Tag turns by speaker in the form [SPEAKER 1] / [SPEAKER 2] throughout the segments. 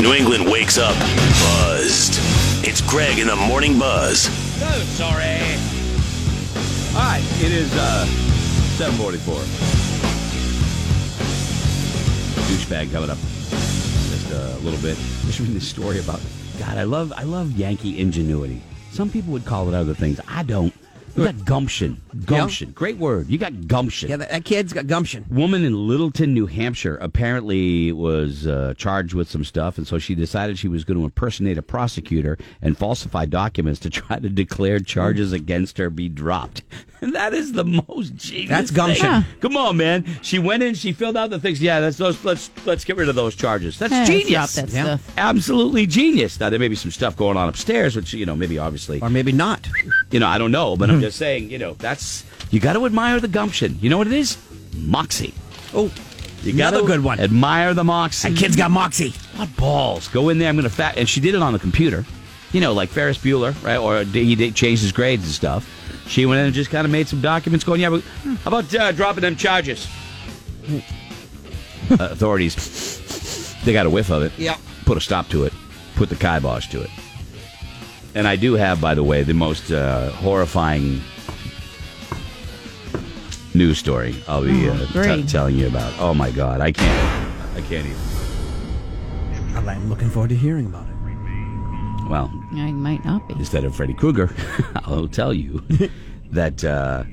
[SPEAKER 1] New England wakes up buzzed. It's Greg in the Morning Buzz.
[SPEAKER 2] So sorry. All right, it is uh, 744. Douchebag coming up just a little bit. Just reading this story about God. I love I love Yankee ingenuity. Some people would call it other things. I don't. You got gumption. Gumption. Great word. You got gumption.
[SPEAKER 3] Yeah, that, that kid's got gumption.
[SPEAKER 2] woman in Littleton, New Hampshire, apparently was uh, charged with some stuff, and so she decided she was going to impersonate a prosecutor and falsify documents to try to declare charges against her be dropped. that is the most genius.
[SPEAKER 3] That's
[SPEAKER 2] thing.
[SPEAKER 3] gumption. Yeah.
[SPEAKER 2] Come on, man. She went in, she filled out the things. Yeah, that's those. Let's let's get rid of those charges. That's
[SPEAKER 4] Yeah,
[SPEAKER 2] genius.
[SPEAKER 4] drop that Yeah. stuff.
[SPEAKER 2] Absolutely genius. Now there may be some stuff going on upstairs, which you know maybe obviously
[SPEAKER 3] Or maybe not.
[SPEAKER 2] you know, I don't know, but I'm just saying, you know, that's you got to admire the gumption. You know what it is? Moxie.
[SPEAKER 3] Oh,
[SPEAKER 2] You gotta
[SPEAKER 3] Another good one.
[SPEAKER 2] Admire the moxie.
[SPEAKER 3] that kid's got moxie.
[SPEAKER 2] What balls? Go in there. I'm gonna fat. And she did it on the computer. You know, like Ferris Bueller, right? Or d- he did change his grades and stuff. She went in and just kind of made some documents, going, "Yeah, but how about uh, dropping them charges?" uh, authorities, they got a whiff of it.
[SPEAKER 3] Yep.
[SPEAKER 2] Put a stop to it. Put the kibosh to it. And I do have, by the way, the most uh, horrifying news story I'll be
[SPEAKER 4] Oh,
[SPEAKER 2] uh, t-
[SPEAKER 4] great.
[SPEAKER 2] telling you about. Oh my God, I can't. I can't even.
[SPEAKER 3] Well, I'm looking forward to hearing about it.
[SPEAKER 2] Well,
[SPEAKER 4] I might not be.
[SPEAKER 2] instead of Freddy Krueger, I'll tell you that uh,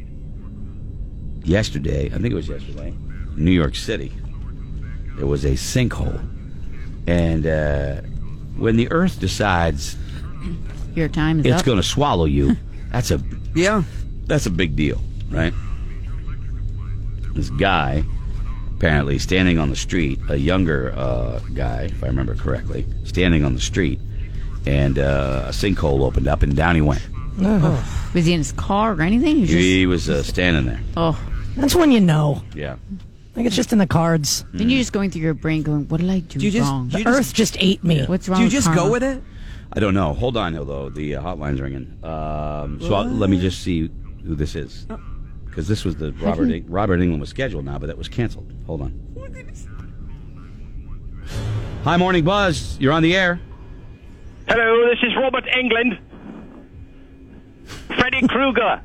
[SPEAKER 2] yesterday, I think it was yesterday, New York City, there was a sinkhole. And uh, when the earth decides
[SPEAKER 4] Your time is
[SPEAKER 2] it's
[SPEAKER 4] up.
[SPEAKER 2] going to swallow you, that's a
[SPEAKER 3] Yeah.
[SPEAKER 2] that's a big deal, right? This guy, apparently standing on the street, a younger uh, guy, if I remember correctly, standing on the street, and uh, a sinkhole opened up, and down he went.
[SPEAKER 4] Was he in his car or anything? He was just-
[SPEAKER 2] He was uh, standing there.
[SPEAKER 4] oh,
[SPEAKER 5] That's when you know.
[SPEAKER 2] Yeah.
[SPEAKER 5] Like it's just in the cards.
[SPEAKER 4] then you're just going through your brain, going, "What did I do,
[SPEAKER 3] Do you just,
[SPEAKER 4] wrong?
[SPEAKER 3] do you just,
[SPEAKER 5] Earth just ate me.
[SPEAKER 4] What's wrong?"
[SPEAKER 3] do you
[SPEAKER 4] with
[SPEAKER 3] just
[SPEAKER 4] karma?
[SPEAKER 3] go with it?
[SPEAKER 2] I don't know. Hold on, though. The uh, hotline's ringing. Um, so I'll, let me just see who this is. Because this was the Robert, Eng- Robert England was scheduled now, but that was canceled. Hold on. Hi, Morning Buzz. You're on the air.
[SPEAKER 6] Hello, this is Robert England. Freddy Krueger.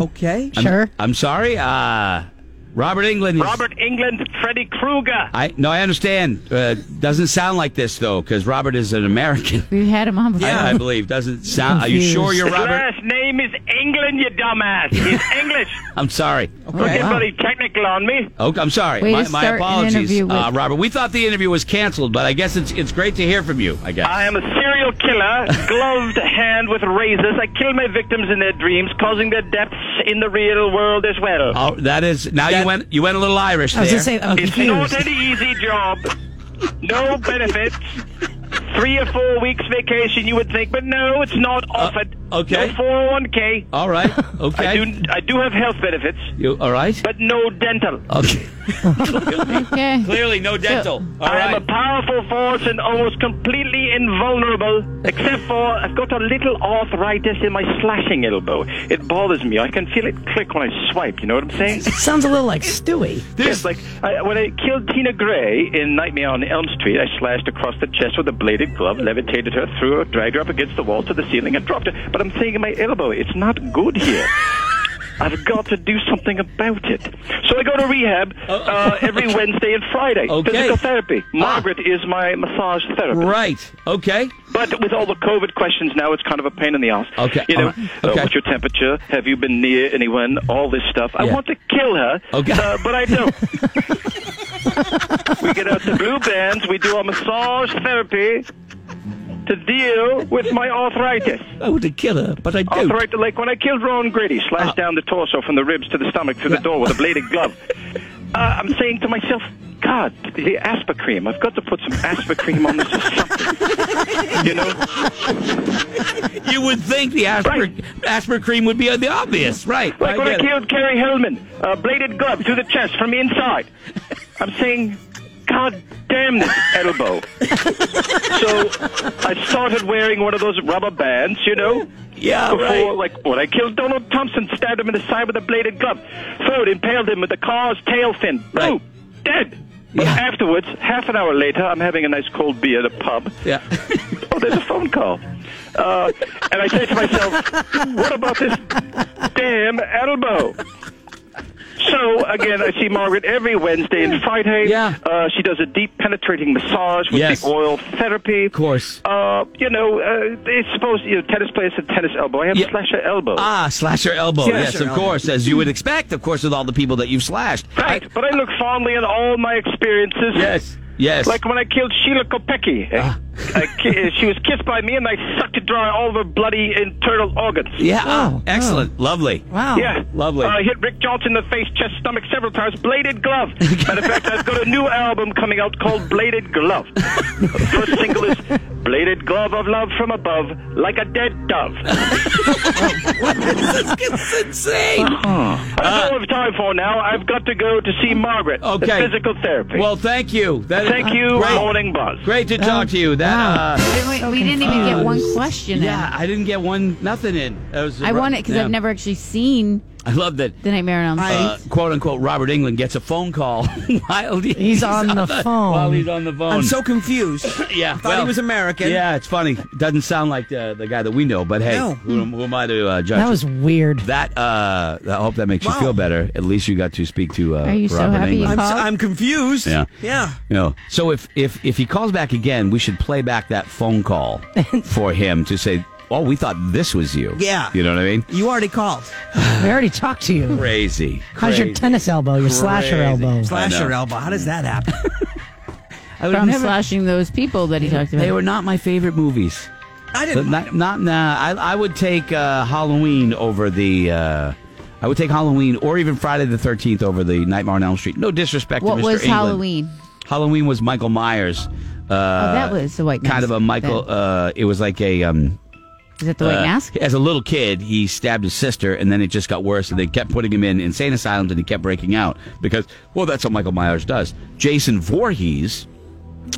[SPEAKER 3] Okay.
[SPEAKER 2] I'm-
[SPEAKER 5] Sure.
[SPEAKER 2] I'm, sorry. Uh, Robert England. Is,
[SPEAKER 6] Robert England, Freddy Krueger.
[SPEAKER 2] I no, I understand. Uh, doesn't sound like this though, because Robert is an American.
[SPEAKER 4] We had him on before.
[SPEAKER 2] I, I believe doesn't sound. Are you sure you're
[SPEAKER 6] His
[SPEAKER 2] Robert?
[SPEAKER 6] last name is England, you dumbass. He's English.
[SPEAKER 2] I'm sorry.
[SPEAKER 6] Don't
[SPEAKER 3] Okay.
[SPEAKER 6] get
[SPEAKER 3] Wow.
[SPEAKER 6] bloody technical on me.
[SPEAKER 2] Oh, I'm sorry.
[SPEAKER 4] Way
[SPEAKER 2] my,
[SPEAKER 4] to
[SPEAKER 2] my
[SPEAKER 4] start an
[SPEAKER 2] apologies,
[SPEAKER 4] interview with-
[SPEAKER 2] uh, Robert. We thought the interview was canceled, but I guess it's it's great to hear from you. I guess.
[SPEAKER 6] I am a serial killer, gloved hand with razors. I kill my victims in their dreams, causing their deaths in the real world as well.
[SPEAKER 2] oh, that is now you
[SPEAKER 3] That-
[SPEAKER 2] went you went a little Irish
[SPEAKER 5] I was
[SPEAKER 2] there.
[SPEAKER 5] gonna say I'm
[SPEAKER 6] it's not
[SPEAKER 5] confused.
[SPEAKER 6] an easy job. No benefits. Three or four weeks vacation, you would think, but no, it's not offered.
[SPEAKER 2] Uh, okay.
[SPEAKER 6] No 401k.
[SPEAKER 2] all right. Okay.
[SPEAKER 6] I do. I do have health benefits,
[SPEAKER 2] You all right?
[SPEAKER 6] but no dental.
[SPEAKER 2] Okay.
[SPEAKER 4] Okay.
[SPEAKER 2] Clearly, no dental. all
[SPEAKER 6] I am
[SPEAKER 2] right.
[SPEAKER 6] a powerful force and almost completely invulnerable, except for I've got a little arthritis in my slashing elbow. It bothers me. I can feel it click when I swipe. You know what I'm saying?
[SPEAKER 5] It sounds a little like Stewie.
[SPEAKER 6] Yes, like I, when I killed Tina Gray in Nightmare on Elm Street, I slashed across the chest with a bladed glove, levitated her, threw her, dragged her up against the wall to the ceiling, and dropped her. But I'm saying in my elbow, it's not good here. I've got to do something about it. So I go to rehab uh, every Wednesday and Friday.
[SPEAKER 2] Okay.
[SPEAKER 6] Physical therapy. Margaret is my massage therapist.
[SPEAKER 2] Right. Okay.
[SPEAKER 6] But with all the COVID questions now, it's kind of a pain in the ass.
[SPEAKER 2] Okay,
[SPEAKER 6] You know,
[SPEAKER 2] all right. Okay.
[SPEAKER 6] uh, what's your temperature? Have you been near anyone? All this stuff. I
[SPEAKER 2] Yeah.
[SPEAKER 6] want to kill her,
[SPEAKER 2] Okay.
[SPEAKER 6] uh, but I don't. we get out the blue bands. We do our massage therapy. to deal with my arthritis.
[SPEAKER 2] I would have killed her, but I do.
[SPEAKER 6] Arthritis, like when I killed Ron Grady, slashed
[SPEAKER 2] Uh.
[SPEAKER 6] down the torso from the ribs to the stomach through the door with a bladed glove. Uh, I'm saying to myself, God, the asper cream. I've got to put some asper cream on this or something. You know?
[SPEAKER 2] You would think the aspirin,
[SPEAKER 6] Right.
[SPEAKER 2] aspirin cream would be the obvious, right?
[SPEAKER 6] Like when I
[SPEAKER 2] get it.
[SPEAKER 6] killed Kerry Hillman, a bladed glove to the chest from inside. I'm saying, God damn this elbow. so I started wearing one of those rubber bands, you know?
[SPEAKER 2] Yeah,
[SPEAKER 6] Before,
[SPEAKER 2] right.
[SPEAKER 6] like, when I killed Donald Thompson, stabbed him in the side with a bladed glove. Third, impaled him with the car's tail fin.
[SPEAKER 2] Right.
[SPEAKER 6] Boom! Dead! But
[SPEAKER 2] Yeah.
[SPEAKER 6] afterwards, half an hour later, I'm having a nice cold beer at a pub.
[SPEAKER 2] Yeah.
[SPEAKER 6] Oh, there's a phone call. Uh, and I say to myself, what about this damn elbow? So, again, I see Margaret every Wednesday and Friday.
[SPEAKER 2] Yeah.
[SPEAKER 6] Uh, she does a deep penetrating massage with
[SPEAKER 2] Yes.
[SPEAKER 6] the oil therapy. Of
[SPEAKER 2] course.
[SPEAKER 6] Uh, you know, uh, they suppose you know, tennis players have tennis elbow. I have
[SPEAKER 2] Yeah.
[SPEAKER 6] slasher elbow.
[SPEAKER 2] Ah, slash your elbow. yes,
[SPEAKER 3] Slasher
[SPEAKER 2] of
[SPEAKER 3] elbow.
[SPEAKER 2] course, as you would expect, of course, with all the people that you've slashed.
[SPEAKER 6] right. but I look fondly at all my experiences.
[SPEAKER 2] Yes. Yes. Ah.
[SPEAKER 6] Like when I killed Sheila Kopecki. I ki- she was kissed by me, and I sucked it dry all of her bloody internal organs.
[SPEAKER 2] yeah. Oh, excellent. Lovely.
[SPEAKER 5] Wow.
[SPEAKER 6] Yeah.
[SPEAKER 2] Lovely.
[SPEAKER 6] I hit Rick Johnson in the face, chest, stomach several times. Bladed Glove. Matter of fact, I've got a new album coming out called Bladed Glove. First single is Bladed Glove of Love from Above, like a dead dove.
[SPEAKER 2] It's insane.
[SPEAKER 6] That's all I have time for now. I've got to go to see Margaret. at
[SPEAKER 2] Ah. Okay.
[SPEAKER 6] Physical therapy.
[SPEAKER 2] Well, thank you. That is
[SPEAKER 6] Thank you,
[SPEAKER 2] Great.
[SPEAKER 6] Morning Buzz.
[SPEAKER 2] Great to talk to you. That. Uh,
[SPEAKER 4] Wait, we didn't even get one question
[SPEAKER 2] Yeah,
[SPEAKER 4] in.
[SPEAKER 2] I didn't get one nothing in. That was
[SPEAKER 4] I want it because
[SPEAKER 2] yeah.
[SPEAKER 4] I've never actually seen
[SPEAKER 2] I love that.
[SPEAKER 4] The Nightmare on Elm
[SPEAKER 2] Uh,
[SPEAKER 4] Street.
[SPEAKER 2] quote unquote Robert England gets a phone call while he-
[SPEAKER 5] He's on the phone.
[SPEAKER 2] While he's on the phone.
[SPEAKER 3] I'm so confused.
[SPEAKER 2] yeah,
[SPEAKER 3] Thought he was American.
[SPEAKER 2] Yeah, it's funny. Doesn't sound like the, the guy that we know, but hey,
[SPEAKER 3] No.
[SPEAKER 2] who, am- who am I to uh, judge?
[SPEAKER 5] That was weird.
[SPEAKER 2] that. Uh, I hope that makes you
[SPEAKER 3] Wow.
[SPEAKER 2] feel better. At least you got to speak to. Uh,
[SPEAKER 4] Are you so
[SPEAKER 2] Robert
[SPEAKER 4] happy you
[SPEAKER 2] Englund.
[SPEAKER 4] called?
[SPEAKER 3] I'm, so, I'm confused.
[SPEAKER 2] Yeah.
[SPEAKER 3] Yeah.
[SPEAKER 2] You know, so if, if if he calls back again, we should play back that phone call for him to say, "Oh, we thought this was you."
[SPEAKER 3] Yeah.
[SPEAKER 2] you know what I mean?
[SPEAKER 3] You already called.
[SPEAKER 5] We already talked to you.
[SPEAKER 2] Crazy.
[SPEAKER 5] How's your
[SPEAKER 2] Crazy.
[SPEAKER 5] tennis elbow? Your slasher
[SPEAKER 2] Crazy.
[SPEAKER 5] elbow?
[SPEAKER 3] Slash
[SPEAKER 2] know.
[SPEAKER 3] your elbow. How does that happen?
[SPEAKER 2] I would
[SPEAKER 4] from
[SPEAKER 2] never-
[SPEAKER 4] slashing those people that he talked about.
[SPEAKER 2] They were not my favorite movies.
[SPEAKER 3] I
[SPEAKER 2] But
[SPEAKER 3] didn't.
[SPEAKER 2] not, not nah. I, I would take uh, Halloween over the. Uh, I would take Halloween or even Friday the Thirteenth over the Nightmare on Elm Street. No disrespect
[SPEAKER 4] what
[SPEAKER 2] to Mr.
[SPEAKER 4] was
[SPEAKER 2] England.
[SPEAKER 4] Halloween?
[SPEAKER 2] Halloween was Michael Myers. Uh,
[SPEAKER 4] Oh, that was the White
[SPEAKER 2] kind
[SPEAKER 4] Mask
[SPEAKER 2] of a Michael.
[SPEAKER 4] then.
[SPEAKER 2] Uh, it was like a. Um,
[SPEAKER 4] Is it the White
[SPEAKER 2] uh,
[SPEAKER 4] Mask?
[SPEAKER 2] As a little kid, he stabbed his sister, and then it just got worse, and they kept putting him in insane asylums, and he kept breaking out because, well, that's what Michael Myers does. Jason Voorhees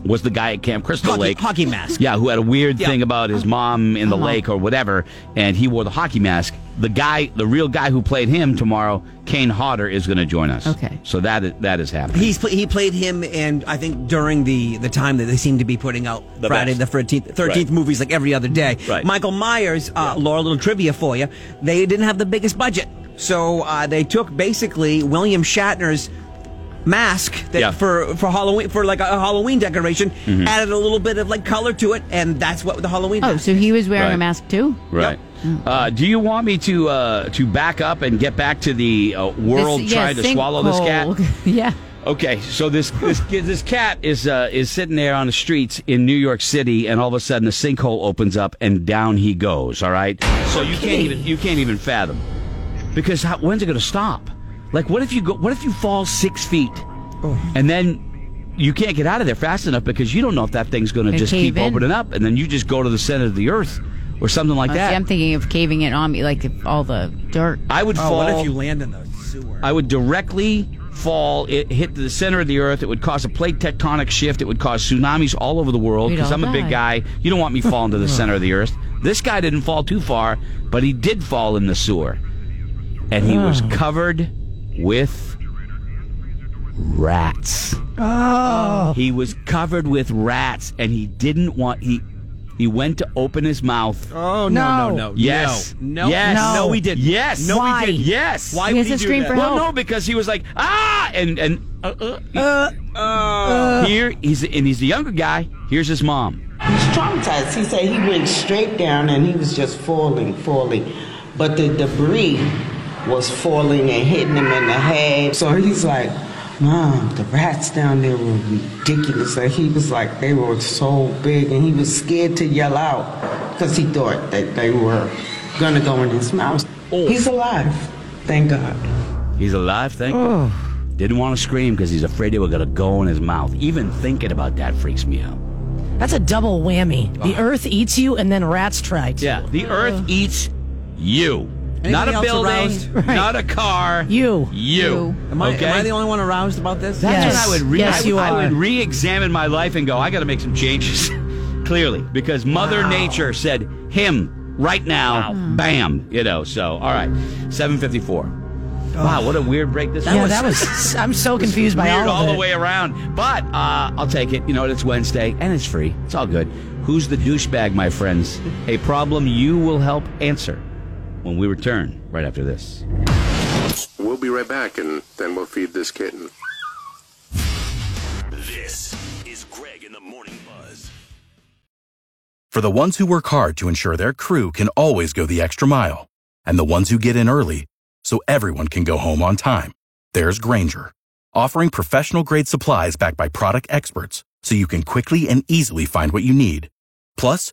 [SPEAKER 2] was the guy at Camp Crystal
[SPEAKER 3] Hockey-
[SPEAKER 2] Lake.
[SPEAKER 3] hockey mask.
[SPEAKER 2] Yeah, who had a weird
[SPEAKER 3] Yeah.
[SPEAKER 2] thing about his mom in the
[SPEAKER 4] Uh-huh.
[SPEAKER 2] lake or whatever, and he wore the hockey mask. The guy, the real guy who played him tomorrow, Kane Hodder, is going to join us.
[SPEAKER 4] Okay.
[SPEAKER 2] So that is, that is happening.
[SPEAKER 3] He's pl- he played him, and I think during the, the time that they seem to be putting out
[SPEAKER 2] The
[SPEAKER 3] Friday
[SPEAKER 2] best.
[SPEAKER 3] the thirteenth thirteenth
[SPEAKER 2] Right.
[SPEAKER 3] movies like every other day.
[SPEAKER 2] Right.
[SPEAKER 3] Michael Myers, uh, Laura, a little trivia for you. They didn't have the biggest budget, so uh, they took basically William Shatner's mask that
[SPEAKER 2] Yeah. Mm-hmm.
[SPEAKER 3] for for Halloween for like a, Halloween decoration, added a little bit of like color to it, and that's what the Halloween.
[SPEAKER 4] Oh,
[SPEAKER 3] mask-
[SPEAKER 4] so he was wearing
[SPEAKER 2] Right.
[SPEAKER 4] a mask too?
[SPEAKER 2] Right.
[SPEAKER 4] Mm.
[SPEAKER 2] Uh, do you want me to uh, to back up and get back to the uh, world
[SPEAKER 4] This- yeah,
[SPEAKER 2] trying to
[SPEAKER 4] sink
[SPEAKER 2] swallow this cat?
[SPEAKER 4] hole. yeah.
[SPEAKER 2] Okay, so this this kid- this cat is uh, is sitting there on the streets in New York City, and all of a sudden a sinkhole opens up, and down he goes. All right, so you can't even you can't even fathom because how, when's it going to stop? Like, what if you go? What if you fall six feet,
[SPEAKER 4] Oh.
[SPEAKER 2] and then you can't get out of there fast enough because you don't know if that thing's going to
[SPEAKER 4] Gonna
[SPEAKER 2] just
[SPEAKER 4] cave
[SPEAKER 2] keep
[SPEAKER 4] in.
[SPEAKER 2] opening up, and then you just go to the center of the earth or something like
[SPEAKER 4] Oh, see,
[SPEAKER 2] that.
[SPEAKER 4] I'm thinking of caving it on me, like if all the dirt.
[SPEAKER 2] I would
[SPEAKER 3] Oh,
[SPEAKER 2] fall.
[SPEAKER 3] what if you land in the sewer?
[SPEAKER 2] I would directly fall, it hit the center of the earth. It would cause a plate tectonic shift. It would cause tsunamis all over the world
[SPEAKER 4] We'd
[SPEAKER 2] because
[SPEAKER 4] all
[SPEAKER 2] I'm a big
[SPEAKER 4] die.
[SPEAKER 2] guy. You don't want me falling to the center of the earth. This guy didn't fall too far, but he did fall in the sewer. And he
[SPEAKER 4] Oh.
[SPEAKER 2] was covered with rats. Oh. He was covered with rats and he didn't want he he went to open his mouth.
[SPEAKER 3] oh no no no,
[SPEAKER 2] Yes.
[SPEAKER 3] no
[SPEAKER 2] Yes.
[SPEAKER 3] no we didn't
[SPEAKER 2] Yes.
[SPEAKER 3] no
[SPEAKER 5] Why?
[SPEAKER 3] we didn't
[SPEAKER 2] Yes.
[SPEAKER 3] why
[SPEAKER 4] He
[SPEAKER 3] would
[SPEAKER 4] has
[SPEAKER 3] he
[SPEAKER 4] to
[SPEAKER 3] do
[SPEAKER 4] scream
[SPEAKER 3] that?
[SPEAKER 4] for
[SPEAKER 2] Well,
[SPEAKER 4] help.
[SPEAKER 2] no, because he was like ah, and and uh, uh, here he's and he's the younger guy. Here's his mom.
[SPEAKER 7] He was traumatized. He said he went straight down and he was just falling, falling. But the debris was falling and hitting him in the head. So he's like, Mom, the rats down there were ridiculous. Like he was like, they were so big, and he was scared to yell out because he thought that they were gonna go in his mouth. He's alive, thank God.
[SPEAKER 2] He's alive, thank you.
[SPEAKER 3] Oh.
[SPEAKER 2] Didn't want to scream because he's afraid they were going to go in his mouth. Even thinking about that freaks me out.
[SPEAKER 5] That's a double whammy. The earth eats you, and then rats try to.
[SPEAKER 2] Yeah, the earth eats you. not a
[SPEAKER 3] else
[SPEAKER 2] building,
[SPEAKER 3] aroused?
[SPEAKER 5] Right.
[SPEAKER 2] not a car.
[SPEAKER 5] You.
[SPEAKER 2] You.
[SPEAKER 3] Am I,
[SPEAKER 2] okay?
[SPEAKER 3] am I the only one aroused about this?
[SPEAKER 5] That's
[SPEAKER 2] That's
[SPEAKER 5] Yes.
[SPEAKER 2] when I would re-
[SPEAKER 5] Yes,
[SPEAKER 2] I,
[SPEAKER 5] you
[SPEAKER 2] I
[SPEAKER 5] are.
[SPEAKER 2] would re-examine my life and go, I got to make some changes. Clearly, because Mother Nature said him right now, bam, you know. So, all right, seven fifty-four. Wow, what a weird break this
[SPEAKER 5] yeah,
[SPEAKER 2] was.
[SPEAKER 5] Oh. that was. I'm so confused by
[SPEAKER 2] weird
[SPEAKER 5] all,
[SPEAKER 2] all
[SPEAKER 5] of
[SPEAKER 2] the
[SPEAKER 5] it.
[SPEAKER 2] way around. But uh, I'll take it. You know, it's Wednesday and it's free. It's all good. Who's the douchebag, my friends? A problem you will help answer when we return right after this.
[SPEAKER 8] We'll be right back, and then we'll feed this kitten.
[SPEAKER 1] This is Greg in the Morning Buzz.
[SPEAKER 9] For the ones who work hard to ensure their crew can always go the extra mile, and the ones who get in early so everyone can go home on time, there's Granger, offering professional grade supplies backed by product experts so you can quickly and easily find what you need. Plus,